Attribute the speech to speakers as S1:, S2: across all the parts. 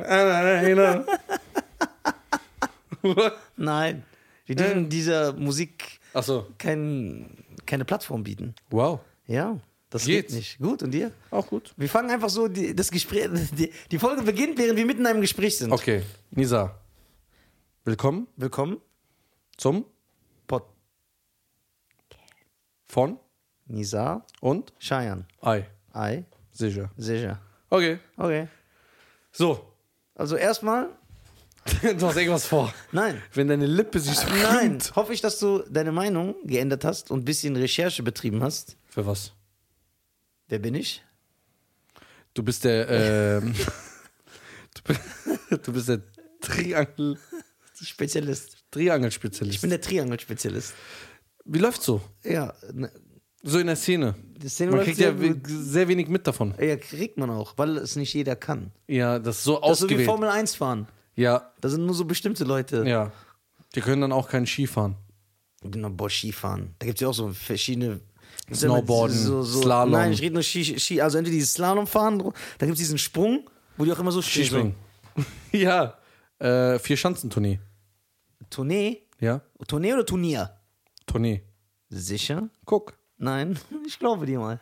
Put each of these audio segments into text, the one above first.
S1: Anna, Anna.
S2: Nein. Wir
S1: Ähm.
S2: dürfen dieser Musik
S1: Ach so.
S2: kein, keine Plattform bieten.
S1: Wow.
S2: Ja, das
S1: Geht's?
S2: geht nicht. Gut, und dir?
S1: Auch gut.
S2: Wir fangen einfach so die, das Gespräch. Die, die Folge beginnt, während wir mitten in einem Gespräch sind.
S1: Okay, Nisa. Willkommen
S2: Willkommen,
S1: zum
S2: Pod
S1: von
S2: Nisa
S1: und
S2: Cheyenne.
S1: Ei.
S2: Ei,
S1: Sicher.
S2: sicher.
S1: Okay.
S2: Okay.
S1: So.
S2: Also erstmal,
S1: du hast irgendwas vor.
S2: nein.
S1: Wenn deine Lippe sich so
S2: Nein, hoffe ich, dass du deine Meinung geändert hast und ein bisschen Recherche betrieben hast.
S1: Für was?
S2: Wer bin ich?
S1: Du bist der, ähm, du, bi- du bist der Triangel,
S2: Spezialist. Ich
S1: Triangel-Spezialist.
S2: bin der Triangel-Spezialist.
S1: Wie läuft's so?
S2: Ja, ne,
S1: So in der Szene.
S2: die Szene
S1: Man
S2: läuft
S1: kriegt
S2: sehr
S1: ja we-
S2: gut.
S1: sehr wenig mit davon.
S2: ja, kriegt man auch, weil es nicht jeder kann.
S1: Ja, das ist so
S2: Das ist so wie
S1: ausgewählt.
S2: Formel 1 fahren.
S1: ja,
S2: Da sind nur so bestimmte Leute.
S1: ja. Die können dann auch keinen Ski fahren.
S2: Genau, boah, Skifahren. Da gibt es ja auch so verschiedene. gibt's ja immer
S1: Snowboarden,
S2: so, so,
S1: Slalom.
S2: Nein, ich rede nur Ski, Ski. Also entweder dieses Slalom fahren, da gibt es diesen Sprung, wo die auch immer so stehen.
S1: Skispringen. ja. Äh, vier Schanzentournee.
S2: So. Tournee?
S1: Ja.
S2: Tournee oder Turnier?
S1: Tournee.
S2: Sicher?
S1: Guck.
S2: Nein, ich glaube dir mal.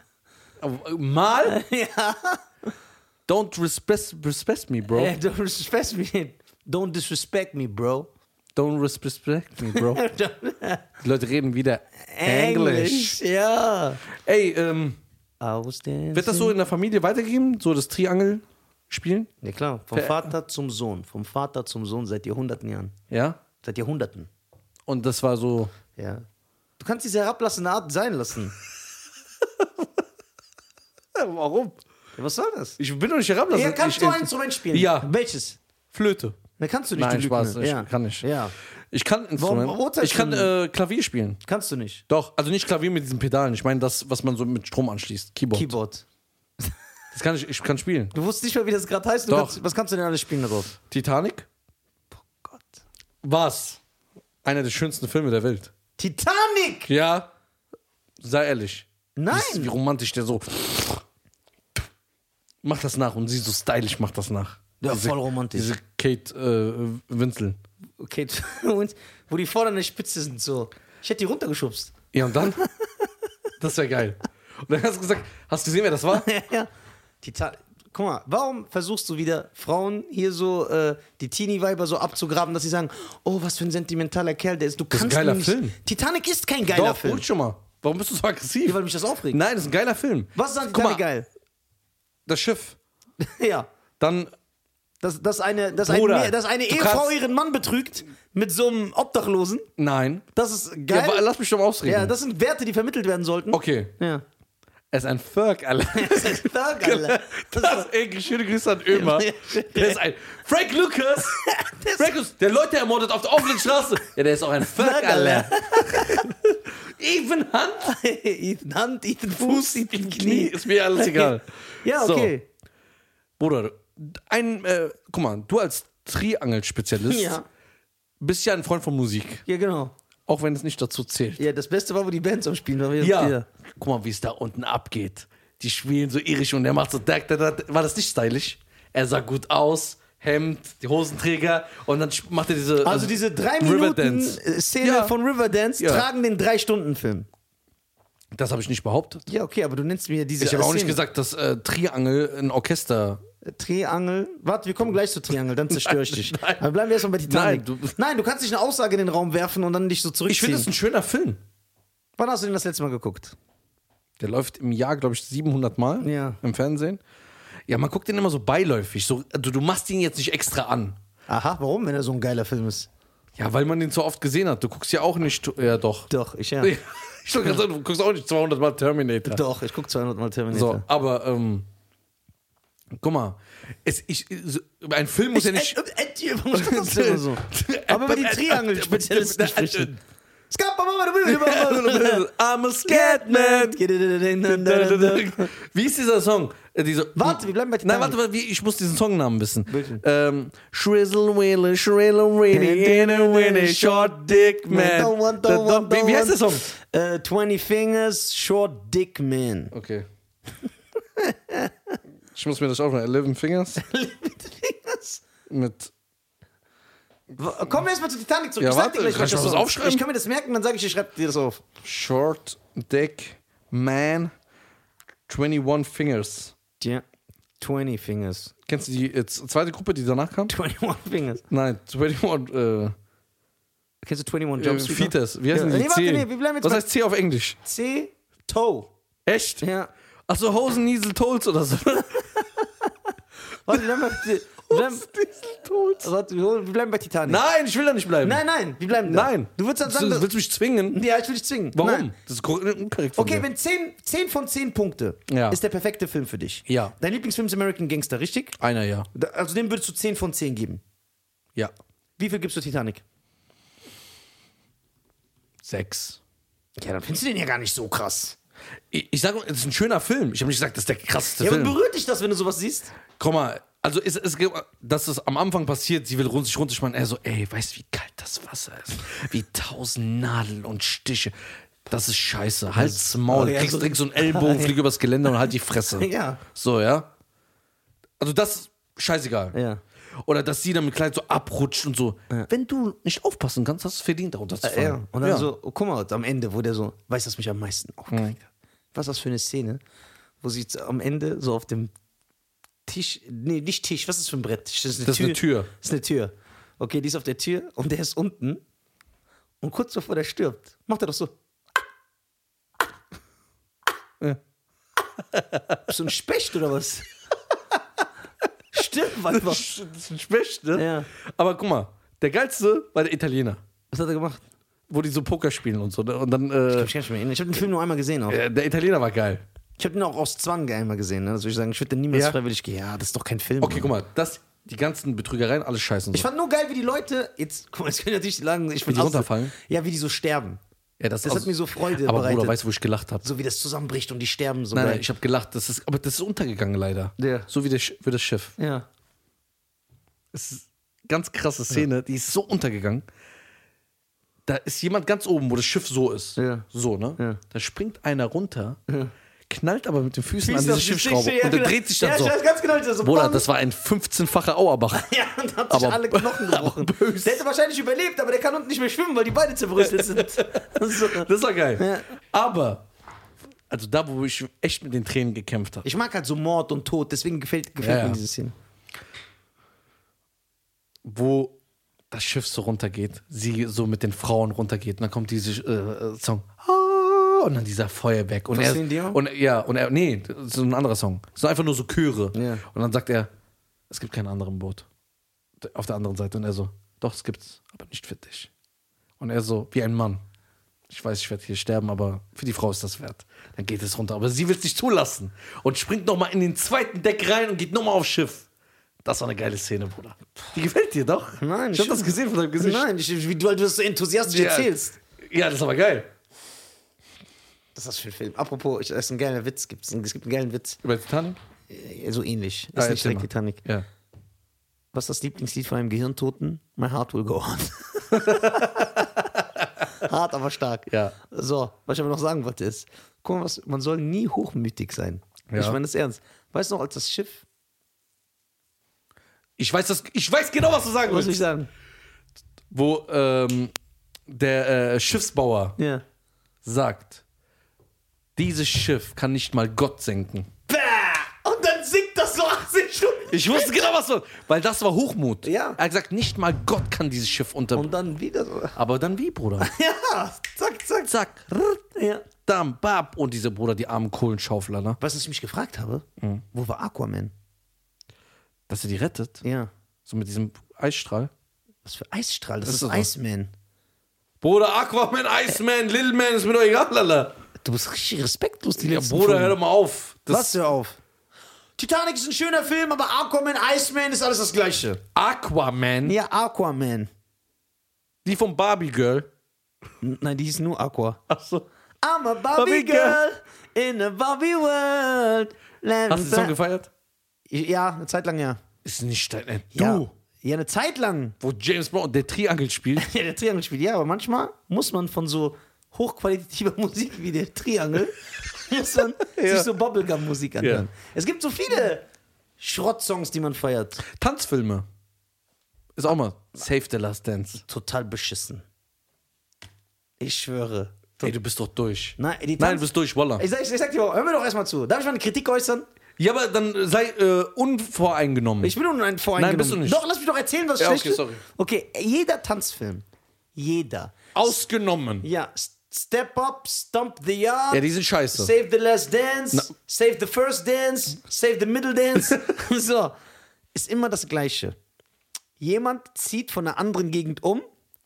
S1: Äh, Mal?
S2: ja.
S1: Don't respect, respect me, bro.
S2: Ey, don't disrespect me. Don't disrespect me, bro.
S1: Don't respect me, bro. Die Leute reden wieder Englisch.
S2: Ja. Ah,
S1: Ey, ähm,
S2: Aus der
S1: wird das so in der Familie weitergegeben? So das Triangel-Spielen?
S2: Ja klar, vom Vater zum Sohn. Vom Vater zum Sohn seit Jahrhunderten Jahren.
S1: Ja.
S2: Seit Jahrhunderten.
S1: Und das war so.
S2: Ja. Du kannst diese herablassende Art sein lassen.
S1: Äh, Warum?
S2: Ja, was soll das? Also
S1: Ich bin doch nicht herablassen.
S2: Ja, kannst
S1: ich,
S2: du ein Instrument spielen?
S1: Ja.
S2: Welches?
S1: Flöte.
S2: Na, kannst du nicht.
S1: Nein,
S2: du
S1: Spaß,
S2: Lügner.
S1: ich
S2: ja.
S1: kann nicht.
S2: Ja,
S1: Ich kann Instrument.
S2: warum urteilst
S1: ich kann
S2: du
S1: äh, Klavier spielen.
S2: kannst du nicht.
S1: Doch, also nicht Klavier mit diesen Pedalen. Ich meine das, was man so mit Strom anschließt. Keyboard.
S2: Keyboard.
S1: Das kann ich, ich kann spielen.
S2: Du wusstest nicht mal, wie das gerade heißt. Du
S1: Doch.
S2: Kannst, was kannst du denn alles spielen darauf?
S1: Titanic?
S2: Oh Gott.
S1: Was? Einer der schönsten Filme der Welt.
S2: Titanic!
S1: Ja. Sei ehrlich.
S2: Nein!
S1: Siehst du, Wie romantisch der so. Macht das nach und sie so stylisch macht das nach.
S2: Ja, voll romantisch.
S1: Diese Kate äh, Winsel.
S2: Okay, und wo die Vorder an der Spitze sind, so. Ich hätte die runtergeschubst.
S1: Ja, und dann? das wäre geil. Und dann hast du gesagt, hast du gesehen, wer das war?
S2: ja, ja. Titan Guck mal, warum versuchst du wieder Frauen hier so, äh, die Teenie-Weiber so abzugraben, dass sie sagen, oh, was für ein sentimentaler Kerl der ist. Du
S1: ist ein
S2: kannst
S1: geiler
S2: ihn nicht.
S1: Film.
S2: Titanic ist kein geiler
S1: Doch,
S2: Film.
S1: hol schon mal. Warum bist du so aggressiv?
S2: Ja, weil mich das aufregt.
S1: Nein, das ist ein geiler Film.
S2: Was ist an
S1: Guck mal,
S2: Titanic geil?
S1: Das Schiff.
S2: ja.
S1: Dann
S2: Dass, dass eine, dass ein,
S1: Bruder,
S2: Meer- dass eine
S1: du
S2: Ehefrau
S1: kannst-
S2: ihren Mann betrügt mit so einem Obdachlosen,
S1: Nein.
S2: das ist
S1: Ja,
S2: geil.
S1: aber
S2: Ja,
S1: lass mich schon mal ausreden.
S2: das sind Werte, die vermittelt werden sollten.
S1: okay.
S2: Ja.
S1: Er ist ein Ferg, Alter. Genau.
S2: Das ist da geil.
S1: Das, ey, schöne Grüße an Ömer. Der ist ein Frank Lucas.
S2: Das-
S1: Frank Lucas, der Leute ermordet auf der offenen Straße. Ja, der ist auch ein Ferg, Alter. Even Hand.
S2: Ethan Hand, Ethan Fuß, Ethan Knie.
S1: Ist mir alles egal.
S2: Ja,
S1: So.
S2: okay.
S1: Bruder, ein, äh, guck mal, du als Triangel-Spezialist
S2: Ja.
S1: bist ja ein Freund von Musik.
S2: ja, genau.
S1: Auch wenn es nicht dazu zählt.
S2: Ja, das Beste war, wo die Bands am Spielen waren.
S1: Ja. Guck mal, wie es da unten abgeht. Die spielen so irisch und der macht so. dack, dack, dack. War das nicht stylisch? Er sah gut aus, Hemd, die Hosenträger und dann sch- macht er diese.
S2: Also diese drei Minuten
S1: Riverdance.
S2: äh, Szene
S1: Ja.
S2: von Riverdance
S1: Ja.
S2: tragen den Drei-Stunden-Film.
S1: Das habe ich nicht behauptet.
S2: Ja, okay, aber du nennst mir diese
S1: Ich habe auch nicht
S2: Szene.
S1: gesagt, dass äh, Triangel ein Orchester.
S2: Triangel. Warte, wir kommen gleich zu Triangel, dann zerstöre ich dich.
S1: nein.
S2: Aber bleiben wir erstmal bei Titanic.
S1: Nein,
S2: Nein
S1: du-
S2: du, kannst nicht eine Aussage in den Raum werfen und dann dich so
S1: Ich finde
S2: zurückziehen.
S1: es ein schöner Film.
S2: Wann hast du denn das letzte Mal geguckt?
S1: Der läuft im Jahr, glaube ich, 700 Mal
S2: Ja.
S1: im Fernsehen. Ja, man guckt den immer so beiläufig. So, also du machst ihn jetzt nicht extra an.
S2: Aha, warum, wenn er so ein geiler Film ist?
S1: Ja, weil man den so oft gesehen hat. Du guckst ja auch nicht. Ja, doch.
S2: Doch, ich ja.
S1: Ich wollte gerade sagen, du guckst auch nicht 200 Mal Terminator.
S2: Doch, ich gucke 200 Mal Terminator.
S1: So, aber ähm, guck mal, es, ich, so, ein Film muss ja nicht.
S2: Warum stimmt das denn immer so? Aber über die Triangel-Spezialisten sprechen.
S1: oh, I'm a scared man. Wie ist dieser Song? Äh, diese,
S2: Warte, wir bleiben bei
S1: Nein,
S2: Titanic.
S1: warte, warte, wie- ich muss diesen Songnamen wissen.
S2: Bitte.
S1: Ähm, Shrizzle Wheelie, Shrizzle Wheelie, in a winnie, short dick man.
S2: Don't want, don't want,
S1: Wie-
S2: don't
S1: Wie heißt der Song?
S2: want. Äh, 20 Fingers, Short Dick Man.
S1: Okay. Ich muss mir das aufmachen. Eleven Fingers.
S2: Fingers.
S1: mit.
S2: W- Kommen wir erstmal zu Titanic zurück.
S1: Ja,
S2: ich sag
S1: warte,
S2: dir gleich,
S1: kann ich
S2: welcher
S1: mir was
S2: Song.
S1: aufschreiben?
S2: Ich kann mir das merken, dann sage ich, ich schreibe dir das auf.
S1: Short Dick Man 21 Fingers.
S2: Ja. 20 Fingers.
S1: Kennst du die jetzt zweite Gruppe, die danach kam?
S2: 21 Fingers.
S1: Nein, 21 äh,
S2: Kennst du 21
S1: äh,
S2: Jump Street?
S1: Fitas. Wie heißen
S2: Ja.
S1: die?
S2: Nee, warte,
S1: C.
S2: nee, wir bleiben jetzt
S1: Was
S2: bei-
S1: heißt C auf Englisch?
S2: C. Toe.
S1: Echt?
S2: Ja.
S1: Achso, Hosen, Niesel, Tolls oder so.
S2: Warte, wir bleiben bei, wir bleiben,
S1: Niesel, Tolls.
S2: warte, wir bleiben bei Titanic.
S1: Nein, ich will da nicht bleiben.
S2: nein, nein, wir bleiben da.
S1: Nein.
S2: Du würdest dann sagen,
S1: du,
S2: dass,
S1: willst du mich zwingen?
S2: ja, ich will dich zwingen.
S1: Warum?
S2: Nein.
S1: Das ist korrekt- unkorrekt von
S2: Okay,
S1: mir.
S2: wenn 10, 10 von 10 Punkte
S1: Ja.
S2: ist der perfekte Film für dich.
S1: Ja.
S2: Dein Lieblingsfilm ist American Gangster, richtig?
S1: Einer ja.
S2: Da- Also dem würdest du 10 von 10 geben.
S1: Ja.
S2: Wie viel gibst du Titanic?
S1: Sechs.
S2: Ja, dann findest du den ja gar nicht so krass.
S1: Ich, ich sage, es ist ein schöner Film. Ich habe nicht gesagt, das ist der krasseste
S2: Ja, aber
S1: Film.
S2: berührt dich das, wenn du sowas siehst?
S1: Komm mal, also es, es, dass es am Anfang passiert, sie will rund sich runterschmeißen. Er so, ey, weißt du, wie kalt das Wasser ist? Wie tausend Nadeln und Stiche. Das ist scheiße. Halt's Maul.
S2: Also, ja,
S1: Kriegst
S2: so-
S1: links so einen Ellbogen, flieg übers Geländer und halt die Fresse.
S2: Ja.
S1: So, ja? Also das ist scheißegal.
S2: Ja.
S1: Oder dass sie dann mit Kleid so abrutscht und so. Wenn du nicht aufpassen kannst, hast du es verdient, darunter zu fallen.
S2: Äh, Ja. Und dann so, oh, guck mal, am Ende, wo der so, weißt du, was mich am meisten
S1: Hm.
S2: aufgeregt hat? Was ist das für eine Szene, wo sie z- am Ende so auf dem Tisch, nee, nicht Tisch, was ist das für ein Brett? Das ist eine,
S1: Das ist eine Tür.
S2: Das ist eine Tür. Okay, die ist auf der Tür und der ist unten. Und kurz bevor der stirbt, macht er doch so. Bist du ein Specht oder was? Stirb einfach.
S1: Das ist ein Specht, ne?
S2: Ja.
S1: Aber guck mal, der geilste war der Italiener,
S2: Was hat er gemacht?
S1: wo die so Poker spielen und so. ne? Und dann, äh,
S2: Ich kann mich nicht mehr erinnern. Ich habe den Film nur einmal gesehen. Auch.
S1: äh, der Italiener war geil.
S2: Ich habe ihn auch aus Zwang einmal gesehen. Ne? Das würde ich sagen, ich würde den niemals
S1: Ja.
S2: freiwillig gehen. Ja, das ist doch kein Film.
S1: Okay, guck mal, das, die ganzen Betrügereien, alles scheißen
S2: Ich
S1: so.
S2: fand nur geil, wie die Leute. Jetzt, guck mal, jetzt können natürlich sagen, ich bin
S1: die runterfallen?
S2: Ja, wie die so sterben.
S1: Ja, das
S2: Das
S1: ist aus-
S2: hat mir so Freude
S1: Aber
S2: bereitet.
S1: Bruder, weißt du, wo ich gelacht habe?
S2: so wie das zusammenbricht und die sterben so
S1: Nein,
S2: geil.
S1: nein, ich habe gelacht. Das ist, aber das ist untergegangen leider.
S2: Ja.
S1: So wie, der, Sch- wie das Schiff.
S2: ja.
S1: Es ist eine ganz krasse Szene, die ist so untergegangen. Da ist jemand ganz oben, wo das Schiff so ist.
S2: Ja.
S1: So, ne?
S2: Ja.
S1: Da springt einer runter, knallt aber mit den Füßen,
S2: Wie
S1: an
S2: ist
S1: diese
S2: das?
S1: Schiffsschraube
S2: Ja,
S1: und der
S2: genau.
S1: dreht sich dann
S2: ja,
S1: so.
S2: Ich weiß ganz genau, das ist so
S1: Bruder,
S2: bam.
S1: das war ein 15-facher Auerbach.
S2: Ja, und hat sich
S1: Aber-
S2: alle Knochen gebrochen.
S1: böse.
S2: Der hätte wahrscheinlich überlebt, aber der kann unten nicht mehr schwimmen, weil die Beine zerbröselt sind. so.
S1: Das war geil. Aber, also da, wo ich echt mit den Tränen gekämpft habe.
S2: Ich mag halt so Mord und Tod, deswegen gefällt, gefällt
S1: Ja,
S2: mir
S1: ja.
S2: diese Szene.
S1: wo das Schiff so runtergeht, sie so mit den Frauen runtergeht und dann kommt dieser äh, Song Ah, und dann dieser Feuerwerk und
S2: Von
S1: er
S2: Celine Dion?
S1: und ja und er nee das ist ein anderer Song es sind einfach nur so Chöre
S2: Ja.
S1: und dann sagt er es gibt keinen anderen Boot auf der anderen Seite und er so doch es gibt's aber nicht für dich und er so wie ein Mann ich weiß ich werde hier sterben aber für die Frau ist das wert dann geht es runter aber sie will es nicht zulassen und springt noch mal in den zweiten Deck rein und geht noch mal aufs Schiff das war eine geile Szene, Bruder. Die gefällt dir doch?
S2: Nein,
S1: ich hab
S2: schön.
S1: das gesehen von deinem Gesicht.
S2: Nein, ich, wie du halt das so enthusiastisch erzählst.
S1: Ja, das ist aber geil.
S2: Das ist für ein Film. Apropos, ich, das ist ein geiler Witz. Gibt's einen, es gibt einen geilen Witz.
S1: Über Titanic?
S2: Äh, So ähnlich. Ist
S1: Ah,
S2: nicht
S1: erzähl
S2: direkt
S1: mal.
S2: Titanic.
S1: Ja.
S2: Was ist das Lieblingslied von einem Gehirntoten? My Heart Will Go On. Hart, aber stark.
S1: Ja.
S2: So, was ich aber noch sagen wollte ist, guck mal, was, man soll nie hochmütig sein.
S1: Ja.
S2: Ich meine das ernst. Weißt du noch, als das Schiff,
S1: Ich weiß, das, ich weiß genau, was du sagen
S2: was soll ich
S1: willst.
S2: sagen?
S1: Wo ähm, der äh, Schiffsbauer
S2: Ja.
S1: sagt, dieses Schiff kann nicht mal Gott senken.
S2: Bäh! Und dann singt das so 18 Stunden.
S1: Ich wusste genau, was du... Weil das war Hochmut.
S2: Ja.
S1: Er hat gesagt, nicht mal Gott kann dieses Schiff unter...
S2: Und dann wieder so.
S1: Aber dann wie, Bruder?
S2: Ja, zack, zack.
S1: Zack, rrr,
S2: Ja.
S1: dam, bab. Und diese Bruder, die armen Kohlenschaufler, ne?
S2: Weißt du, was ich mich gefragt habe? Wo war Aquaman?
S1: Dass er die rettet,
S2: Ja.
S1: so mit diesem Eisstrahl.
S2: Was für Eisstrahl? Das,
S1: Das
S2: ist,
S1: ist so.
S2: Iceman.
S1: Bruder, Aquaman, Iceman, Little Man, ist mir doch egal, Alter.
S2: Du bist richtig respektlos, die
S1: Ja,
S2: letzten
S1: Bruder,
S2: Folgen.
S1: hör doch mal auf. Das
S2: Was, hör auf. Titanic ist ein schöner Film, aber Aquaman, Iceman ist alles das Gleiche.
S1: Aquaman,
S2: Ja, Aquaman.
S1: die von Barbie Girl.
S2: N- Nein, die hieß nur Aqua.
S1: Achso.
S2: I'm a
S1: Barbie
S2: Barbie, girl, in a Barbie world. Let
S1: Hast du den
S2: me-
S1: Song gefeiert?
S2: Ja, eine Zeit lang, ja.
S1: Ist nicht dein Ernst. Du,
S2: Ja, ja eine Zeit lang.
S1: wo James Brown und der Triangel spielt.
S2: Ja, der Triangel spielt, ja, aber manchmal muss man von so hochqualitativer Musik wie der Triangel, muss man sich so Bubblegum-Musik anhören. Es gibt so viele Schrottsongs, die man feiert.
S1: Tanzfilme. Ist auch mal Save the Last Dance.
S2: Total beschissen. Ich schwöre.
S1: Ey, du bist doch durch.
S2: Nein, die
S1: Nein,
S2: Tanz-
S1: du bist durch, Walla.
S2: Ich sag, ich sag dir, mal, hör mir doch erstmal zu. Darf ich mal eine Kritik äußern?
S1: Ja, aber dann sei äh, unvoreingenommen.
S2: Ich bin nur ein Voreingenommen.
S1: Nein, bist du nicht.
S2: Doch, lass mich doch erzählen, was
S1: Ja,
S2: schlecht
S1: okay,
S2: ist.
S1: sorry.
S2: Okay, jeder Tanzfilm. Jeder.
S1: Ausgenommen.
S2: Ja, S- Step Up, Stomp the Yard.
S1: Ja, die sind scheiße.
S2: Save the Last Dance, Save the First Dance, Save the Middle Dance. so. Ist immer das Gleiche. Jemand zieht von einer anderen Gegend um.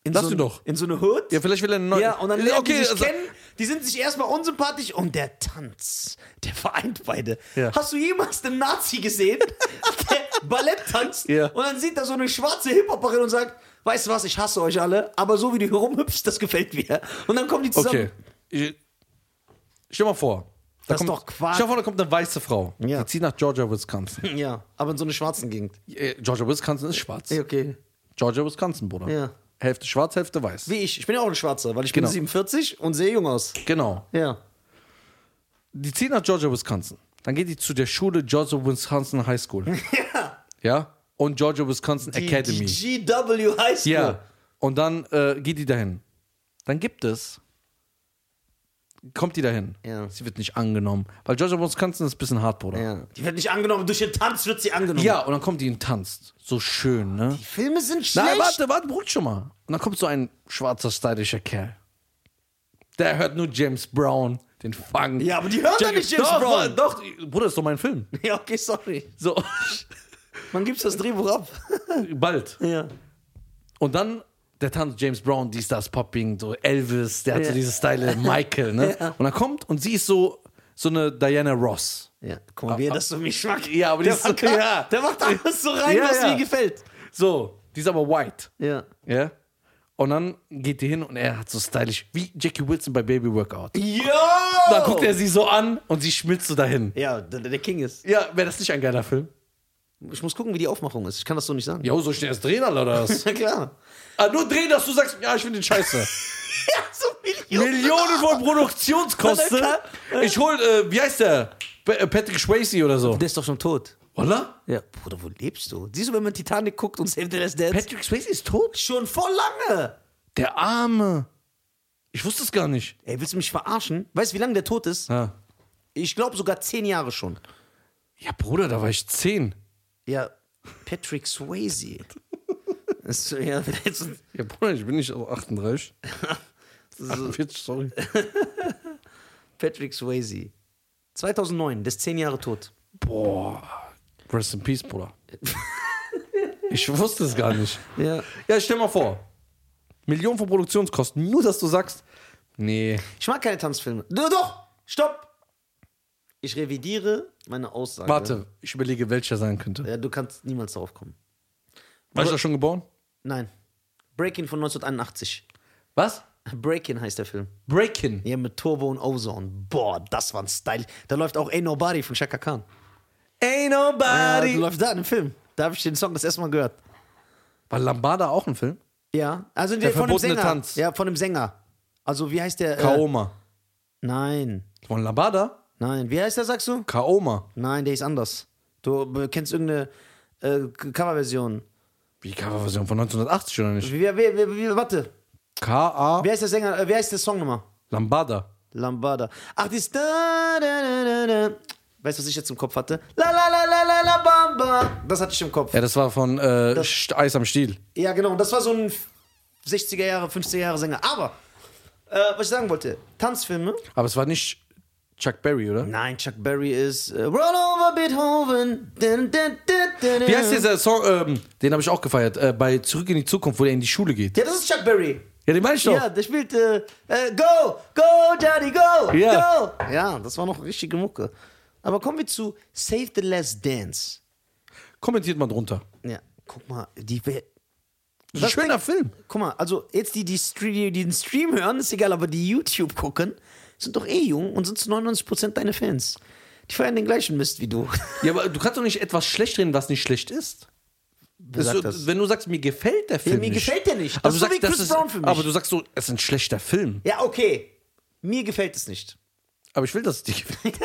S2: In
S1: Lass
S2: so
S1: ihn
S2: ein-
S1: doch.
S2: In so eine Hood.
S1: Ja, vielleicht will er einen neuen.
S2: Ja, und dann lernen
S1: okay,
S2: die sich
S1: also-
S2: kennen, die sind sich erstmal unsympathisch und der Tanz, der vereint beide.
S1: Ja.
S2: Hast du jemals einen Nazi gesehen, der Ballett tanzt
S1: Ja.
S2: und dann sieht da so eine schwarze Hip-Hopperin und sagt, weißt du was, ich hasse euch alle, aber so wie du hier rumhüpfst, das gefällt mir. Und dann kommen die
S1: Okay.
S2: zusammen.
S1: Ich, stell mal vor. Da
S2: Das ist
S1: kommt,
S2: doch Quatsch.
S1: Stell mal vor, da kommt eine weiße Frau.
S2: Ja.
S1: Die zieht nach Georgia, Wisconsin.
S2: Ja, aber in so einer schwarzen Gegend.
S1: Äh, Georgia, Wisconsin ist schwarz.
S2: Okay.
S1: Georgia, Wisconsin, Bruder.
S2: Ja.
S1: Hälfte schwarz, Hälfte weiß.
S2: Wie ich. Ich bin ja auch ein Schwarzer, weil ich
S1: Genau.
S2: bin 47 und sehe jung aus.
S1: Genau.
S2: Ja.
S1: Die zieht nach Georgia, Wisconsin. Dann geht die zu der Schule Georgia, Wisconsin High School.
S2: Ja.
S1: ja? Und Georgia, Wisconsin
S2: Die-
S1: Academy.
S2: Die GW High School.
S1: Ja. Und dann äh, geht die dahin. Dann gibt es. Kommt die dahin.
S2: Ja.
S1: Sie wird nicht angenommen. Weil Georgia Wisconsin ist ein bisschen hart, Bruder.
S2: ja. Die wird nicht angenommen, durch den Tanz wird sie angenommen.
S1: Ja, und dann kommt die und tanzt. So schön, ne?
S2: Die Filme sind schlecht.
S1: Nein, warte, warte, beruhigt schon mal. Und dann kommt so ein schwarzer, stylischer Kerl. Der hört nur James Brown, den Fang.
S2: Ja, aber die hören doch nicht James
S1: doch,
S2: Brown.
S1: Doch, Bruder, ist doch mein Film.
S2: Ja, okay, sorry.
S1: So,
S2: Man gibt das Drehbuch ab.
S1: bald.
S2: ja.
S1: Und dann, der tanzt James Brown, die Stars Popping, so Elvis, der hat so
S2: Ja.
S1: diese Style, Michael, ne?
S2: Ja.
S1: Und dann kommt und sie ist so, so eine Diana Ross.
S2: Ja, guck mal, wie er das so mich schmackt.
S1: Ja, aber die
S2: der,
S1: ist
S2: macht,
S1: so- ja.
S2: der macht alles so rein,
S1: Ja,
S2: was
S1: ja.
S2: mir gefällt.
S1: So, die ist aber white.
S2: Ja.
S1: Ja? Und dann geht die hin und er hat so stylisch, wie Jackie Wilson bei Baby Workout.
S2: Yo!
S1: Dann guckt er sie so an und sie schmilzt so dahin.
S2: Ja, der, der King ist.
S1: Ja, wäre das nicht ein geiler Film?
S2: Ich muss gucken, wie die Aufmachung ist. Ich kann das so nicht sagen.
S1: Jo, soll ich den erst drehen, Alter, oder was?
S2: Na klar.
S1: ah, nur drehen, dass du sagst, ja, ich finde den scheiße.
S2: Ja, so Millionen.
S1: Millionen von Produktionskosten. Ich hol, äh, wie heißt der? P- äh, Patrick Swayze oder so.
S2: Der ist doch schon tot.
S1: Oder?
S2: Ja. Bruder, wo lebst du? Siehst du, wenn man Titanic guckt und Save the Last Dance?
S1: Patrick Swayze ist tot?
S2: schon voll lange.
S1: Der Arme. Ich wusste es gar nicht.
S2: Ey, willst du mich verarschen? Weißt du, wie lange der tot ist?
S1: Ja,
S2: Ich glaube sogar zehn Jahre schon.
S1: ja Bruder, da war ich zehn.
S2: Ja, Patrick Swayze. Das, ist- ja, das ist-
S1: Ja, Bruder, ich bin nicht so 38.
S2: so,
S1: 48, sorry.
S2: Patrick Swayze. 2009, der ist zehn Jahre tot.
S1: Boah. Rest in peace, Bruder. Ich wusste es gar nicht.
S2: Ja.
S1: Ja, stell mal vor. Millionen von Produktionskosten, nur dass du sagst, nee.
S2: Ich mag keine Tanzfilme. Doch, doch, stopp. Ich revidiere meine Aussage.
S1: Warte, ich überlege, welcher sein könnte.
S2: Ja, du kannst niemals darauf kommen.
S1: War ich da schon geboren?
S2: Nein. Breaking von 1981.
S1: Was?
S2: Breakin heißt der Film.
S1: Breaking.
S2: Ja, mit Turbo und Ozone. Boah, das war ein Style. Da läuft auch Ain't Nobody von Chaka Khan.
S1: Ain't
S2: Ja, da
S1: nobody.
S2: läuft da in dem Film. Da habe ich den Song das erste Mal gehört.
S1: War Lambada auch ein Film?
S2: Ja, also der von dem
S1: verbotene
S2: Sänger.
S1: Tanz.
S2: Ja, von dem Sänger. Also wie heißt der? Äh,
S1: Kaoma.
S2: nein,
S1: Von Lambada?
S2: nein. Wie heißt der, sagst du?
S1: Kaoma.
S2: Nein, der ist anders. Du äh, kennst irgendeine äh, Coverversion.
S1: Wie Coverversion von 1980 oder nicht?
S2: Wie, wie, wie, wie, warte.
S1: K.A.
S2: Wer ist der Sänger? Äh, wer ist der Song nochmal?
S1: Lambada.
S2: Lambada. Ach, die ist da, da, da, da, da. Weißt du, was ich jetzt im Kopf hatte? La la la la la la bamba. Das hatte ich im Kopf.
S1: Ja, das war von äh, St- Eis am Stiel.
S2: Ja, genau. Das war so ein 60er Jahre, 50er Jahre Sänger. Aber, äh, was ich sagen wollte, Tanzfilme.
S1: Aber es war nicht Chuck Berry, oder?
S2: Nein, Chuck Berry ist äh, Roll over Beethoven. Dun, dun, dun, dun, dun.
S1: Wie heißt dieser Song? Ähm, den habe ich auch gefeiert. Äh, bei Zurück in die Zukunft, wo er in die Schule geht.
S2: Ja, das ist Chuck Berry.
S1: Ja, den meine ich doch.
S2: Ja, der spielt äh, äh, Go, Go, Daddy, Go,
S1: Ja.
S2: Go. Ja, das war noch richtige Mucke. Aber kommen wir zu Save the Last Dance.
S1: Kommentiert mal drunter.
S2: Ja, guck mal, die Welt.
S1: Das ist ein schöner Film.
S2: Guck mal, also jetzt die, die, Stre- die den Stream hören, ist egal, aber die YouTube gucken, sind doch eh jung und sind zu 99% deine Fans. Die feiern den gleichen Mist wie du.
S1: Ja, aber du kannst doch nicht etwas schlecht reden, was nicht schlecht ist. Das
S2: sagt
S1: so,
S2: das?
S1: Wenn du sagst, mir gefällt der Film
S2: mir
S1: nicht.
S2: gefällt der nicht.
S1: Aber
S2: Das
S1: du
S2: ist so
S1: sagst,
S2: wie Chris
S1: das ist,
S2: Brown für mich.
S1: aber du sagst so, es ist ein schlechter Film.
S2: Ja, okay. Mir gefällt es nicht.
S1: Aber ich will, dass es dir gefällt.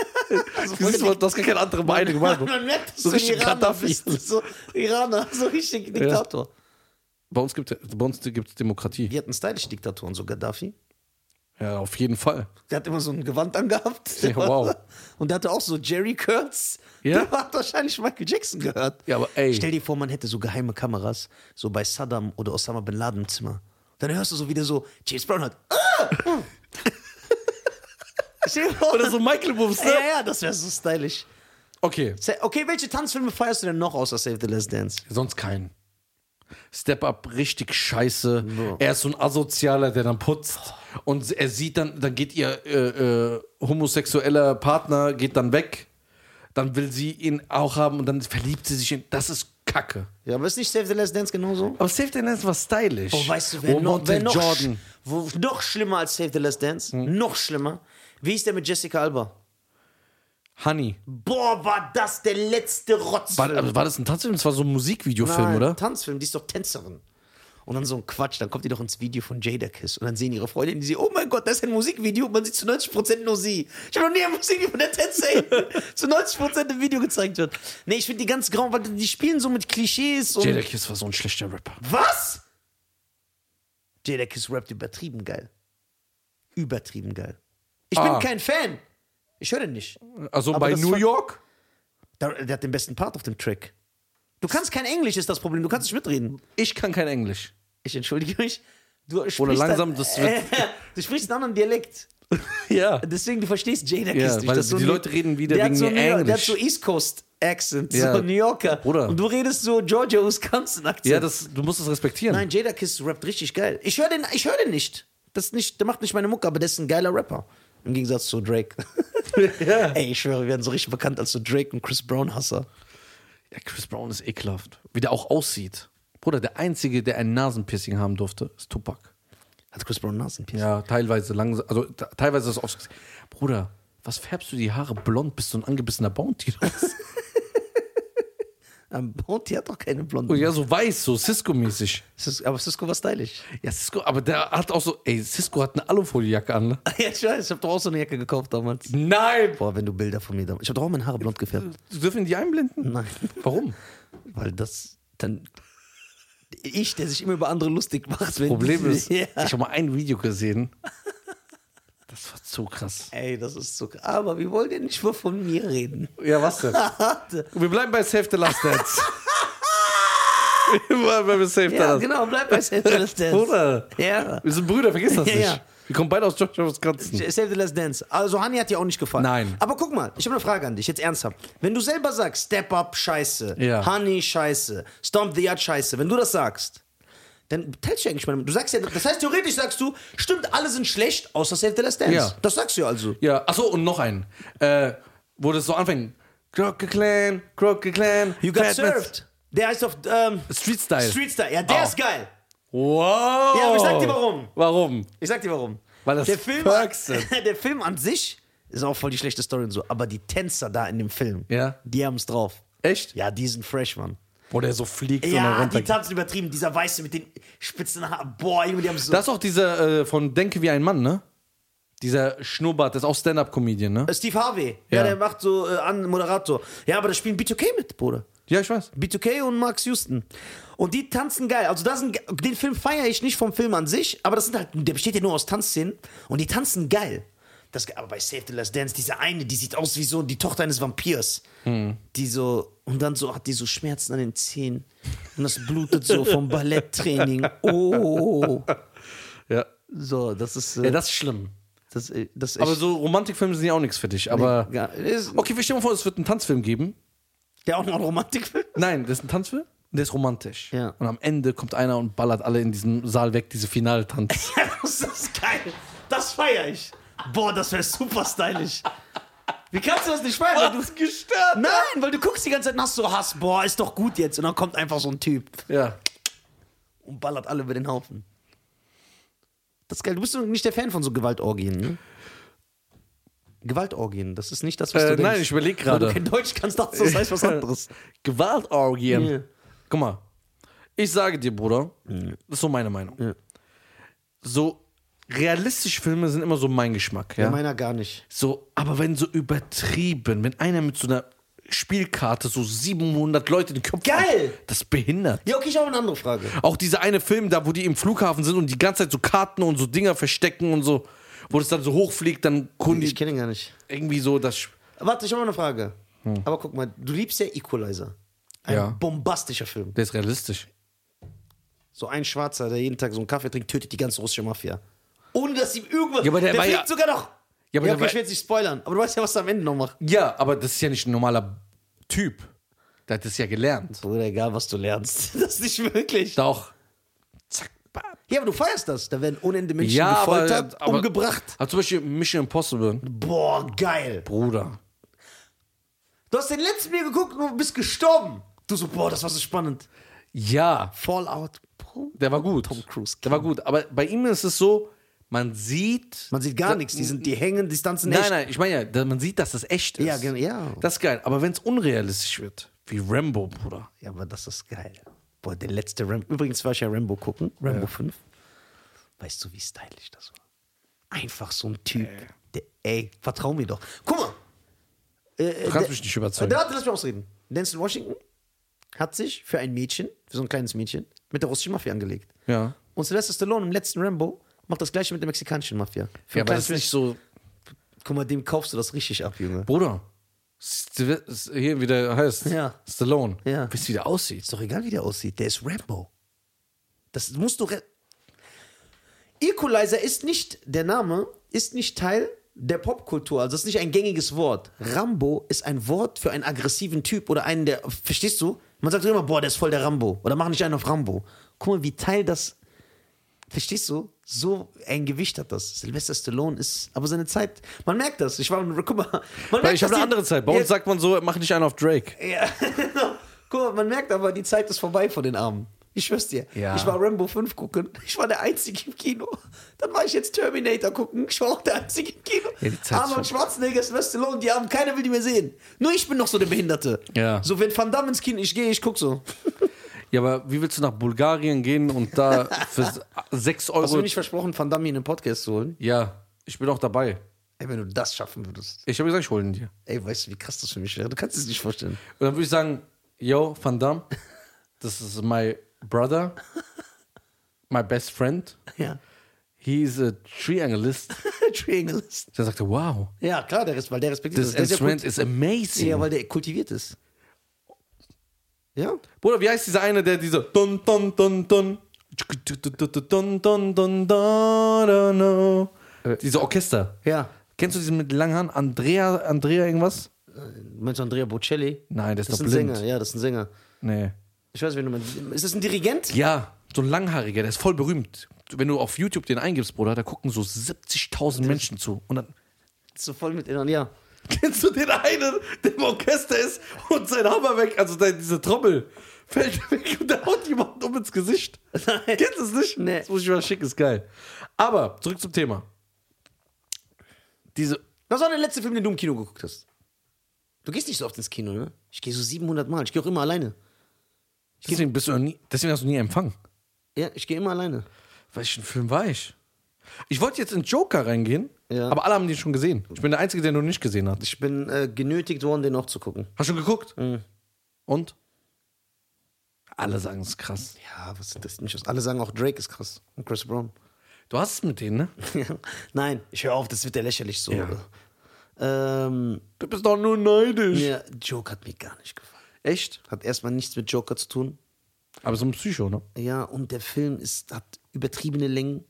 S1: das, ist, das kann keine andere Meinung machen.
S2: Man merkt, dass
S1: So
S2: du ein
S1: richtig
S2: Iraner
S1: Gaddafi.
S2: bist. So Iraner, so richtig Diktator.
S1: Bei uns gibt es Demokratie.
S2: Wir hatten stylische Diktatoren, so Gaddafi.
S1: Ja, auf jeden Fall.
S2: Der hat immer so ein Gewand angehabt.
S1: Ja, wow.
S2: Und der hatte auch so Jerry Curls.
S1: Ja.
S2: Der hat wahrscheinlich Michael Jackson gehört.
S1: Ja, aber ey.
S2: Stell dir vor, man hätte so geheime Kameras, so bei Saddam oder Osama Bin Laden im Zimmer. Dann hörst du so wieder so, James Brown hat. Ah! Stell dir vor,
S1: Oder so Michael Moves,
S2: ja,
S1: ne?
S2: ja, das wäre so stylisch.
S1: Okay,
S2: Se- Okay, welche Tanzfilme feierst du denn noch außer Save the Last Dance?
S1: sonst keinen. Step Up, richtig scheiße. Er ist so ein Asozialer, der dann putzt. Und er sieht dann, dann geht ihr äh, äh, homosexueller Partner, geht dann weg. Dann will sie ihn auch haben und dann verliebt sie sich in. Das ist Kacke.
S2: Ja, aber ist nicht Save the Last Dance genauso?
S1: Aber Safe the Dance war stylisch.
S2: Oh, weißt du, wer
S1: Wo
S2: noch,
S1: Montel
S2: wer noch,
S1: Jordan. Hm.
S2: sch- Wo, noch schlimmer als Save the Last Dance? Noch schlimmer. Wie ist der mit Jessica Alba?
S1: Honey.
S2: Boah, war das der letzte Rotz.
S1: War, aber war das ein Tanzfilm? Das war so ein Musikvideofilm, oder?
S2: Tanzfilm, die ist doch Tänzerin. Und dann so ein Quatsch, dann kommt die doch ins Video von Jada Kiss und dann sehen ihre Freundinnen, die sie, oh mein Gott, das ist ein Musikvideo und man sieht zu 90% nur sie. Ich habe noch nie ein Musikvideo von der Tänzerin zu 90% im Video gezeigt wird. Nee, ich finde die ganz grau, weil die spielen so mit Klischees und...
S1: Jada Kiss war so ein schlechter Rapper.
S2: Was? Jada Kiss rappt übertrieben geil. Übertrieben geil. Ich
S1: Ah.
S2: bin kein Fan. Ich höre den nicht.
S1: Also
S2: Aber
S1: bei
S2: das
S1: New
S2: war-
S1: York?
S2: Der, der hat den besten Part auf dem Track. Du kannst kein Englisch, ist das Problem. Du kannst nicht mitreden.
S1: Ich kann kein Englisch.
S2: Ich entschuldige mich. Du sprichst
S1: langsam,
S2: ein,
S1: das wird-
S2: du sprichst einen anderen Dialekt.
S1: Ja.
S2: Deswegen, du verstehst Jada
S1: Ja,
S2: Kiss nicht.
S1: weil
S2: Das ist
S1: die
S2: New-
S1: Leute reden wieder
S2: der
S1: wegen
S2: hat so
S1: mir
S2: New York- Der hat
S1: Englisch.
S2: so East Coast Accent,
S1: Ja.
S2: so New Yorker.
S1: Bruder.
S2: Und du redest so Georgia Wisconsin Akzent.
S1: Ja, das, du musst es respektieren.
S2: Nein, Jada Kiss rappt richtig geil. Ich höre den, ich hör den nicht. Das ist nicht. Der macht nicht meine Mucke, aber der ist ein geiler Rapper. Im Gegensatz zu Drake.
S1: Ja.
S2: Ey, ich schwöre, wir werden so richtig bekannt als so Drake und Chris Brown-Hasser.
S1: Ja, Chris Brown ist ekelhaft. Wie der auch aussieht. Bruder, der Einzige, der ein Nasenpiercing haben durfte, ist Tupac.
S2: Hat Chris Brown Nasenpiercing?
S1: Ja, teilweise langsam. Also t- teilweise ist es oft. Bruder, was färbst du die Haare blond? Bist du ein angebissener Bounty?
S2: Ähm, Bounty hat doch keine blonden.
S1: Oh ja, so weiß, so Cisco-mäßig.
S2: Sis- Aber Cisco war stylisch.
S1: Ja, Cisco, aber der hat auch so. Ey, Cisco hat eine Alufolie-Jacke an, ne?
S2: ja, ich weiß, ich hab doch auch so eine Jacke gekauft damals.
S1: Nein!
S2: Boah, wenn du Bilder von mir damals. Ich hab doch auch meine Haare blond gefärbt.
S1: Dürfen die einblenden?
S2: Nein.
S1: Warum?
S2: Weil das dann. Ich, der sich immer über andere lustig macht. Wenn
S1: Problem ist,
S2: Ja.
S1: ich habe mal ein Video gesehen. Das war zu krass.
S2: Ey, das ist so. Aber wir wollen ja nicht mal von mir reden.
S1: Ja, was denn? Wir bleiben bei Save the Last Dance. Wir bleiben bei Save the
S2: Ja,
S1: Last
S2: genau, bleib bei Save the Last Dance.
S1: Bruder,
S2: Ja.
S1: wir sind Brüder, vergiss das
S2: Ja,
S1: nicht.
S2: ja.
S1: Wir kommen beide aus Georgia, Wisconsin.
S2: Save the Last Dance. Also, Hani hat dir auch nicht gefallen.
S1: Hm. Nein.
S2: Aber guck mal, ich habe eine Frage an dich, jetzt ernsthaft. Wenn du selber sagst, Step Up, scheiße,
S1: Ja.
S2: Honey, scheiße, Stomp the Yard, scheiße, wenn du das sagst, dann teilst du ja eigentlich meine Du sagst ja, das heißt, theoretisch sagst du, stimmt, alle sind schlecht, außer Save the Last Dance.
S1: Ja.
S2: Das sagst du ja also.
S1: Ja, achso, und noch einen. Äh, wo das so anfängt. Crooked Clan, Crooked Clan.
S2: You got
S1: Fat
S2: served. Der heißt auf ähm,
S1: Mats- Street Style.
S2: Street Star. Ja, der
S1: Oh.
S2: ist geil.
S1: Wow.
S2: Ja, aber ich sag dir warum.
S1: Warum?
S2: Ich sag dir warum.
S1: Weil das
S2: der Film,
S1: Perks sind.
S2: der Film an sich ist auch voll die schlechte Story und so, aber die Tänzer da in dem Film,
S1: Ja.
S2: die haben's drauf.
S1: Echt?
S2: Ja, die sind fresh, Mann.
S1: Wo der so fliegt und dann
S2: ja, die
S1: runter.
S2: tanzen übertrieben. Dieser Weiße mit den spitzen Haaren. Boah, Junge, die haben so.
S1: Das ist auch dieser äh, von Denke wie ein Mann, ne? Dieser Schnurrbart, das ist auch Stand-Up-Comedian, ne?
S2: Steve Harvey. Ja,
S1: Ja.
S2: der macht so äh, an Moderator. Ja, aber da spielen B2K mit, Bruder.
S1: Ja, ich weiß.
S2: B2K und Max Houston. Und die tanzen geil. Also das sind, ge- den Film feiere ich nicht vom Film an sich, aber das sind halt, der besteht ja nur aus Tanzszenen und die tanzen geil. Das, aber bei Save the Last Dance, diese eine, die sieht aus wie so die Tochter eines Vampirs.
S1: Hm.
S2: Die so, und dann so hat die so Schmerzen an den Zähnen. Und das blutet so vom Balletttraining. Oh.
S1: Ja.
S2: So, das ist. Äh,
S1: ja, das ist schlimm.
S2: das, äh, das ist
S1: Aber so Romantikfilme sind ja auch nichts für dich. Aber
S2: ja, ist,
S1: okay, wir stellen uns vor, es wird einen Tanzfilm geben.
S2: der auch noch ein Romantikfilm.
S1: Nein, das ist ein Tanzfilm und der ist romantisch.
S2: Ja.
S1: Und am Ende kommt einer und ballert alle in diesem Saal weg, diese Finaltanz.
S2: Ja, das ist geil. Das feiere ich. Boah, das wäre super stylisch. Wie kannst du das nicht feiern? Weil du,
S1: gestört?
S2: nein, weil du guckst die ganze Zeit nach so Hass. Boah, ist doch gut jetzt. Und dann kommt einfach so ein Typ
S1: Ja.
S2: und ballert alle über den Haufen. Das ist geil. Du bist doch nicht der Fan von so Gewaltorgien, ne? Gewaltorgien, das ist nicht das, was
S1: Äh,
S2: du denkst.
S1: nein, ich überleg
S2: Weil du
S1: gerade.
S2: kein Deutsch kannst, dachte das heißt was anderes.
S1: Gewaltorgien.
S2: Ja.
S1: Guck mal, ich sage dir, Bruder, das ist so meine Meinung. So realistische Filme sind immer so mein Geschmack. Ja?
S2: Meiner gar nicht.
S1: So, aber wenn so übertrieben, wenn einer mit so einer Spielkarte so 700 Leute in den Kopf. Oh,
S2: Geil!
S1: Das ist behindert.
S2: Ja, okay, ich habe eine andere Frage.
S1: Auch dieser eine Film da, wo die im Flughafen sind und die ganze Zeit so Karten und so Dinger verstecken und so, wo das dann so hochfliegt, dann kunden
S2: Ich
S1: die
S2: kenne ihn gar nicht.
S1: irgendwie so das. Sch-
S2: Warte, ich habe eine Frage. Aber guck mal, du liebst ja Equalizer.
S1: Hm.
S2: Ein
S1: Ja.
S2: bombastischer Film.
S1: Der ist realistisch.
S2: So ein Schwarzer, der jeden Tag so einen Kaffee trinkt, tötet die ganze russische Mafia. Ohne dass ihm irgendwas.
S1: Ja, aber der war ja-
S2: fliegt sogar noch.
S1: Ja, aber der
S2: okay,
S1: war-
S2: ich will jetzt nicht spoilern, aber du weißt ja, was er am Ende noch macht.
S1: Ja, aber das ist ja nicht ein normaler Typ. Der hat das ja gelernt.
S2: Bruder, egal was du lernst. Das ist nicht wirklich.
S1: Doch. Zack. bam.
S2: Ja, aber du feierst das. Da werden unende Menschen
S1: Ja, aber,
S2: gefoltert,
S1: aber,
S2: umgebracht.
S1: Aber zum Beispiel Mission Impossible.
S2: Boah, geil.
S1: Bruder.
S2: Du hast den letzten Bier geguckt und bist gestorben. Du so, boah, das war so spannend.
S1: Ja,
S2: Fallout. Bro.
S1: der war gut.
S2: Tom Cruise.
S1: Der war gut. Aber bei ihm ist es so, man sieht.
S2: Man sieht gar nichts. Die, sind, die hängen, die tanzen
S1: Nein,
S2: echt.
S1: nein, ich meine ja, da- man sieht, dass das echt ist.
S2: Ja, genau, ja.
S1: Das ist geil. Aber wenn es unrealistisch wird, wie Rambo, Bruder.
S2: Ja, aber das ist geil. Boah, der letzte Rambo. Übrigens war ich ja Rambo gucken, Rambo 5. Weißt du, wie stylisch das war? Einfach so ein Typ. Der, ey, vertrau mir doch. Guck mal. Äh,
S1: Du kannst mich nicht überzeugen.
S2: Da, Äh, warte, lass mich ausreden. Denzel Washington hat sich für ein Mädchen, für so ein kleines Mädchen, mit der russischen Mafia angelegt.
S1: Ja.
S2: Und Sylvester Stallone im letzten Rambo macht das gleiche mit der mexikanischen Mafia. Für
S1: Ja,
S2: ein
S1: aber das ist
S2: kleines
S1: nicht so.
S2: Mädchen. Guck mal, dem kaufst du das richtig ab, Junge.
S1: Bruder. St- S- Hier, wie der heißt.
S2: Ja.
S1: Stallone.
S2: Ja.
S1: Wisst ihr, wie der aussieht?
S2: Ist doch egal, wie der aussieht. Der ist Rambo. Das musst du. re- Equalizer ist nicht, der Name ist nicht Teil der Popkultur. Also, das ist nicht ein gängiges Wort. Rambo ist ein Wort für einen aggressiven Typ oder einen, der. Verstehst du? Man sagt doch immer, boah, der ist voll der Rambo. Oder mach nicht einen auf Rambo. Guck mal, wie Teil das. Verstehst du? So ein Gewicht hat das. Sylvester Stallone ist. Aber seine Zeit. Man merkt das. Ich war. Guck mal. Man
S1: Weil
S2: merkt,
S1: ich habe
S2: dass
S1: eine
S2: die-
S1: andere Zeit. Bei uns
S2: Ja,
S1: sagt man so, mach nicht einen auf Drake.
S2: ja. Guck mal, man merkt aber, die Zeit ist vorbei von den Armen. Ich schwör's dir.
S1: Ja.
S2: Ich war Rambo 5 gucken. Ich war der Einzige im Kino. Dann war ich jetzt Terminator gucken. Ich war auch der Einzige im Kino.
S1: Ja, die Zeit ist
S2: Arnold
S1: vorbei.
S2: Schwarzenegger, Sylvester Stallone, die Armen, keiner will die mehr sehen. Nur ich bin noch so der Behinderte.
S1: Ja.
S2: So, wenn Van Damme ins Kino, ich gehe, ich guck so.
S1: Ja, aber wie willst du nach Bulgarien gehen und da für 6
S2: Hast du
S1: Euro.
S2: mir nicht versprochen, Van Damme hier in den Podcast zu holen?
S1: Ja, ich bin auch dabei.
S2: Ey, wenn du das schaffen würdest.
S1: Ich habe gesagt, ich hole ihn dir.
S2: Ey, weißt du, wie krass das für mich wäre? Du kannst es nicht vorstellen.
S1: Und dann würde ich sagen, yo, Van Damme, this is my brother, my best friend.
S2: Ja.
S1: He is a triangleist.
S2: Triangleist.
S1: Dann sagte, wow,
S2: Ja, klar, der Rest, weil der respektiert
S1: this
S2: Der ist ja
S1: instrument is
S2: gut-
S1: amazing.
S2: Ja, weil der kultiviert ist. Ja.
S1: Bruder, wie heißt dieser eine, der diese dun dun dun dun dun dun dun dun dun
S2: Äh.
S1: diese Orchester.
S2: Ja.
S1: Kennst du diesen mit langen Haaren? Andrea, Andrea irgendwas?
S2: Meinst du Andrea Bocelli?
S1: Nein, der ist
S2: Das ist
S1: doch
S2: ein
S1: blind.
S2: Sänger, ja, das ist ein Sänger.
S1: Nee.
S2: Ich weiß, wen du meinst. Ist das ein Dirigent?
S1: Ja, so ein langhaariger, der ist voll berühmt. Wenn du auf YouTube den eingibst, Bruder, da gucken so 70.000 Menschen zu. Und dann
S2: So voll mit Innern, ja.
S1: kennst du den einen, der im Orchester ist und sein Hammer weg, also dein- diese Trommel, fällt weg und da haut jemand um ins Gesicht.
S2: Nein.
S1: Kennst du es nicht?
S2: Nee.
S1: Das muss ich mal schicken, ist geil. Aber zurück zum Thema. Diese,
S2: Was war der letzte Film, den du im Kino geguckt hast? Du gehst nicht so oft ins Kino, ne? Ich gehe so 700 Mal. Ich gehe auch immer alleine.
S1: deswegen, bist du noch nie, deswegen hast du nie empfangen.
S2: Ja, ich gehe immer alleine.
S1: Welchen Film war ich? Ich wollte jetzt in Joker reingehen,
S2: Ja.
S1: aber alle haben den schon gesehen. Ich bin der Einzige, der noch nicht gesehen hat.
S2: Ich bin äh, genötigt worden, den auch zu gucken.
S1: Hast du geguckt? Und? Alle sagen, es ist krass.
S2: Ja, was ist das nicht? aus? Alle sagen auch, Drake ist krass. Und Chris Brown.
S1: Du hast es mit denen, ne?
S2: Nein, ich höre auf, das wird ja lächerlich so. Ähm,
S1: Du bist doch nur neidisch.
S2: ja, Joke hat mir gar nicht gefallen.
S1: Echt?
S2: Hat erstmal nichts mit Joker zu tun.
S1: Aber so ein Psycho, ne?
S2: Ja, und der Film ist, hat übertriebene Längen,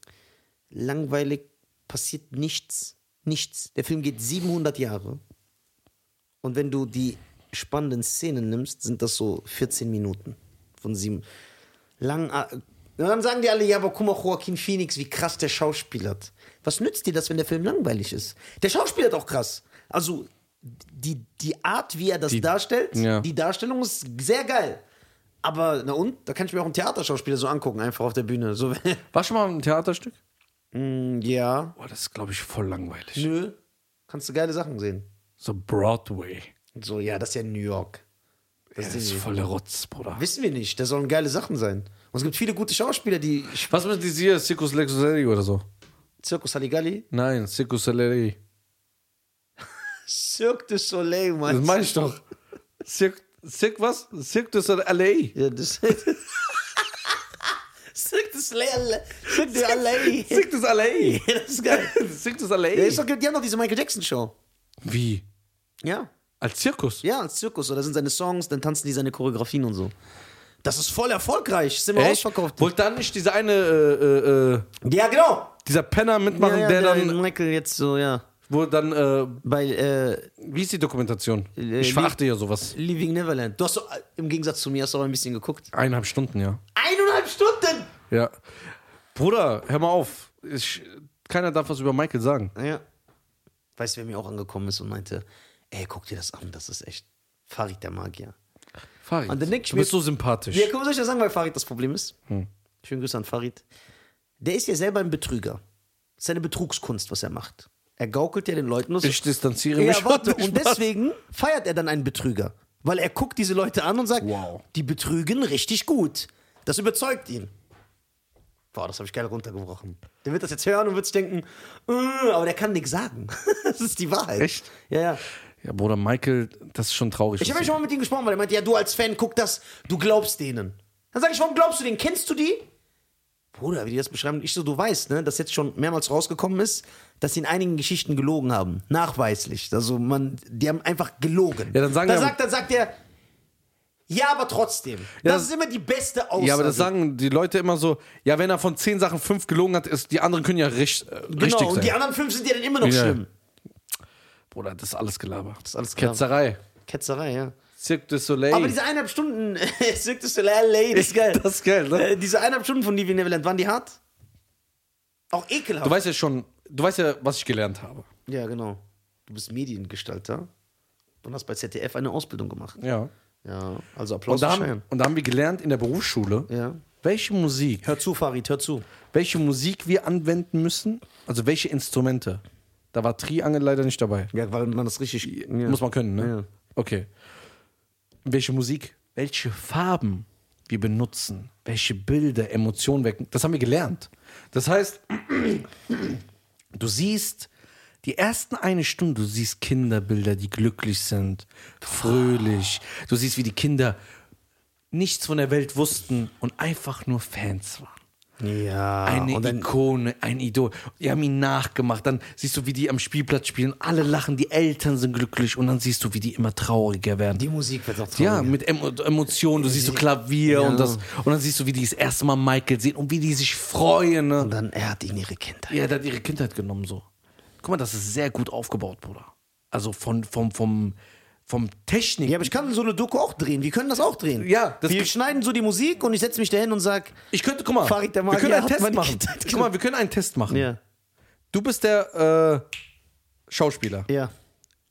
S2: langweilig, passiert nichts, nichts. Der Film geht 700 Jahre. Und wenn du die spannenden Szenen nimmst, sind das so 14 Minuten von sieben. Lang, äh, und dann sagen die alle, ja, aber guck mal, Joaquin Phoenix, wie krass der schauspielert. Was nützt dir das, wenn der Film langweilig ist? Der schauspielert auch krass. Also, die, die Art, wie er das darstellt,
S1: ja.
S2: die Darstellung ist sehr geil. Aber, na und? Da kann ich mir auch einen Theaterschauspieler so angucken, einfach auf der Bühne. So,
S1: Warst du schon mal im Theaterstück?
S2: mm, ja.
S1: Boah, das ist, glaube ich, voll langweilig.
S2: Nö. Kannst du geile Sachen sehen.
S1: So Broadway.
S2: So, ja, das ist ja New York.
S1: Das, ist voll der Rotz, Bruder.
S2: Wissen wir nicht. Da sollen geile Sachen sein. Und es gibt viele gute Schauspieler, die.
S1: Was mit diesem hier? Circus Lexuselli oder so?
S2: Circus Halligalli?
S1: Nein, Circus Lexuselli.
S2: Cirque du Soleil,
S1: Das
S2: Mann.
S1: meine ich doch. Cirque, Cirque was? Cirque du Soleil.
S2: Ja, das. Cirque du Soleil. Cirque du Soleil.
S1: Cirque du Soleil.
S2: Ja, das ist geil.
S1: Cirque du
S2: Ja,
S1: Soleil.
S2: ist doch, die haben doch diese Michael Jackson Show.
S1: Wie?
S2: Ja.
S1: Als Zirkus?
S2: Ja, als Zirkus. Oder sind seine Songs, dann tanzen die seine Choreografien und so. Das ist voll erfolgreich. Ist immer
S1: Echt?
S2: ausverkauft.
S1: Wollte dann nicht dieser eine, äh, äh, äh,
S2: Ja, genau.
S1: dieser Penner mitmachen,
S2: ja,
S1: der,
S2: ja,
S1: dann,
S2: Michael jetzt so, ja.
S1: wo dann, äh,
S2: Bei äh,
S1: wie ist die Dokumentation?
S2: Äh,
S1: ich
S2: wie-
S1: verachte ja sowas.
S2: Leaving Neverland. Du hast so, äh, im Gegensatz zu mir, hast du aber ein bisschen geguckt.
S1: Eineinhalb Stunden, ja.
S2: Eineinhalb Stunden!
S1: Ja. Bruder, hör mal auf. Ich, keiner darf was über Michael sagen.
S2: Ja. Weißt du, wer mir auch angekommen ist und meinte, ey, guck dir das an, das ist echt Farid der Magier.
S1: Farid,
S2: Und dann denk ich
S1: du bist
S2: mir-
S1: so sympathisch.
S2: Ja, guck mal, soll ich dir sagen, weil Farid das Problem ist?
S1: Hm.
S2: Schönen Grüße an Farid. Der ist ja selber ein Betrüger. Das ist eine Betrugskunst, was er macht. Er gaukelt ja den Leuten das.
S1: Ich distanziere mich
S2: ja, warte,
S1: von
S2: und deswegen feiert er dann einen Betrüger. Weil er guckt diese Leute an und sagt,
S1: Wow.
S2: die betrügen richtig gut. Das überzeugt ihn. Boah, das habe ich geil runtergebrochen. Der wird das jetzt hören und wird sich denken, "Äh", aber der kann nichts sagen. das ist die Wahrheit.
S1: Echt?
S2: Ja, ja.
S1: Ja, Bruder, Michael, das ist schon traurig.
S2: Ich
S1: was
S2: habe
S1: du-
S2: schon mal mit ihm gesprochen, weil er meinte, ja, du als Fan, guck das, du glaubst denen. Dann sage ich, warum glaubst du denen? Kennst du die? Bruder, wie die das beschreiben. Ich so, du weißt, ne, dass jetzt schon mehrmals rausgekommen ist, dass sie in einigen Geschichten gelogen haben. Nachweislich. Also man, die haben einfach gelogen.
S1: Ja, dann sagen
S2: dann
S1: ja-
S2: sagt, dann sagt er, ja, aber trotzdem. das,
S1: das-
S2: ist immer die beste Aussage.
S1: ja, aber das sagen die Leute immer so, ja, wenn er von zehn Sachen fünf gelogen hat, ist, die anderen können ja richt, äh,
S2: Genau,
S1: richtig
S2: und
S1: sein.
S2: die anderen fünf sind ja dann immer noch
S1: Ja.
S2: schlimm.
S1: Bruder, das ist alles Gelaber. Das
S2: ist alles Gelaber.
S1: Ketzerei.
S2: Ketzerei, ja.
S1: Cirque du Soleil.
S2: Aber diese eineinhalb Stunden, Cirque du Soleil, ey, das ist geil.
S1: Das ist geil, ne?
S2: Äh, diese eineinhalb Stunden von Leaving Neverland, waren die hart? Auch ekelhaft.
S1: Du weißt ja schon, du weißt ja, was ich gelernt habe.
S2: Ja, genau. Du bist Mediengestalter und hast bei ZDF eine Ausbildung gemacht.
S1: Ja.
S2: Ja, also Applaus
S1: Und da,
S2: für
S1: haben,
S2: Cheyenne.
S1: und da haben wir gelernt in der Berufsschule,
S2: Ja.
S1: welche Musik,
S2: Hör zu, Farid, hör zu.
S1: welche Musik wir anwenden müssen, also welche Instrumente. Da war Triangel leider nicht dabei.
S2: Ja, weil man das richtig. Ja.
S1: Muss man können, ne?
S2: Ja.
S1: Okay. Welche Musik, welche Farben wir benutzen, welche Bilder, Emotionen wecken, das haben wir gelernt. Das heißt, du siehst die ersten eine Stunde, du siehst Kinderbilder, die glücklich sind, fröhlich. Du siehst, wie die Kinder nichts von der Welt wussten und einfach nur Fans waren.
S2: ja.
S1: Eine
S2: und dann,
S1: Ikone, ein Idol. Die haben ihn nachgemacht. Dann siehst du, wie die am Spielplatz spielen. Alle lachen, die Eltern sind glücklich. Und dann siehst du, wie die immer trauriger werden.
S2: die Musik wird noch
S1: ja,
S2: trauriger.
S1: mit Emo Emotionen. Du siehst so Klavier
S2: Ja.
S1: und das. Und dann siehst du, wie die das erste Mal Michael sehen und wie die sich freuen. Ne?
S2: Und dann, er hat ihn ihre Kindheit.
S1: Ja, der hat ihre Kindheit genommen so. Guck mal, das ist sehr gut aufgebaut, Bruder. Also von, vom, vom, vom Technik.
S2: Ja, aber ich kann so eine Doku auch drehen. Wir können das auch drehen.
S1: Ja, das-
S2: Wir schneiden so die Musik und ich setze mich dahin und sag,
S1: Ich könnte, guck mal,
S2: Farid der
S1: wir können
S2: Magier
S1: einen
S2: hat
S1: Test
S2: meine
S1: machen.
S2: Kindheit
S1: Guck mal, wir können einen Test machen.
S2: ja,
S1: Du bist der äh, Schauspieler.
S2: ja.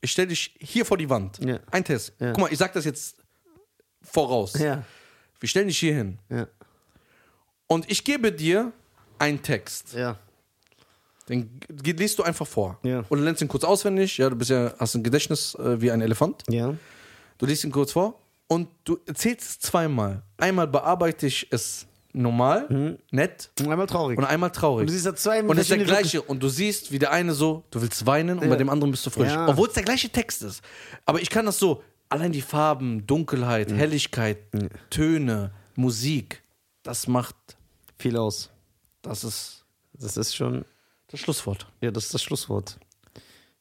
S1: ich stelle dich hier vor die Wand.
S2: Ja.
S1: Ein Test.
S2: Ja.
S1: Guck mal, ich sag das jetzt voraus.
S2: Ja.
S1: Wir stellen dich hier hin.
S2: Ja.
S1: Und ich gebe dir einen Text.
S2: Ja.
S1: Den g- liest du einfach vor.
S2: Ja.
S1: Und du lernst ihn kurz auswendig. Ja, du bist ja, hast ein Gedächtnis äh, wie ein Elefant.
S2: Ja.
S1: Du liest ihn kurz vor und du erzählst es zweimal. Einmal bearbeite ich es normal,
S2: Mhm.
S1: nett
S2: Und einmal traurig.
S1: und einmal traurig.
S2: Und du siehst da zwei
S1: Und es ist der
S2: verschiedene
S1: gleiche. Und du siehst, wie der eine so, du willst weinen und bei dem anderen bist du fröhlich.
S2: Ja.
S1: Obwohl es der gleiche Text ist. Aber ich kann das so, allein die Farben,
S2: Mhm.
S1: Dunkelheit, Helligkeit, Töne, Musik, das macht,
S2: viel aus.
S1: das ist
S2: Das ist schon,
S1: das Schlusswort.
S2: ja, das ist das Schlusswort.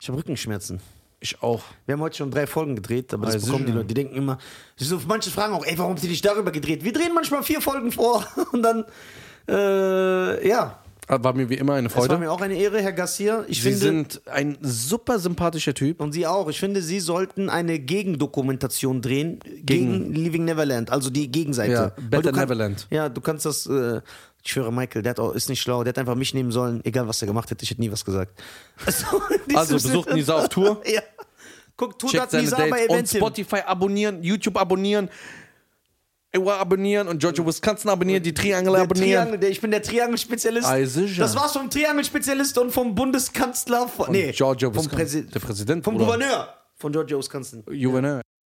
S2: Ich habe Rückenschmerzen.
S1: Ich auch.
S2: Wir haben heute schon drei Folgen gedreht, aber das
S1: Also
S2: bekommen die
S1: schon.
S2: Leute. Die denken immer, so, manche fragen auch, ey, warum habt ihr nicht darüber gedreht? Wir drehen manchmal vier Folgen vor und dann, äh, ja.
S1: Ah, War mir wie immer eine
S2: Es war
S1: Freude.
S2: mir auch eine Ehre, Herr Gassier. Ich
S1: Sie
S2: finde,
S1: sind ein super sympathischer Typ.
S2: und Sie auch, ich finde, Sie sollten eine Gegendokumentation drehen gegen, Leaving Neverland, also die Gegenseite.
S1: Ja,
S2: Weil
S1: Better
S2: du kann-
S1: Neverland.
S2: Ja, du kannst das, äh, ich schwöre, Michael, der hat auch, ist nicht schlau, der hat einfach mich nehmen sollen, egal was er gemacht hätte, ich hätte nie was gesagt. Also, in
S1: Also
S2: diesem
S1: besucht
S2: Sinne-
S1: Nisa auf Tour.
S2: Ja. Guck, Tour
S1: Checkt
S2: hat
S1: seine
S2: Nisa bei
S1: Dates. Und
S2: Events.
S1: Spotify abonnieren, YouTube abonnieren, EWA abonnieren und Georgia Wisconsin abonnieren, die Triangel
S2: Der
S1: abonnieren.
S2: Triangel, der, ich bin der Triangel-Spezialist.
S1: Ei, sicher.
S2: Das war's vom Triangel-Spezialist und vom Bundeskanzler. Von, nee,
S1: Georgia
S2: vom,
S1: Wisconsin.
S2: Präsi
S1: Der Präsident,
S2: vom
S1: Bruder.
S2: Gouverneur von Georgia Wisconsin.
S1: Gouverneur.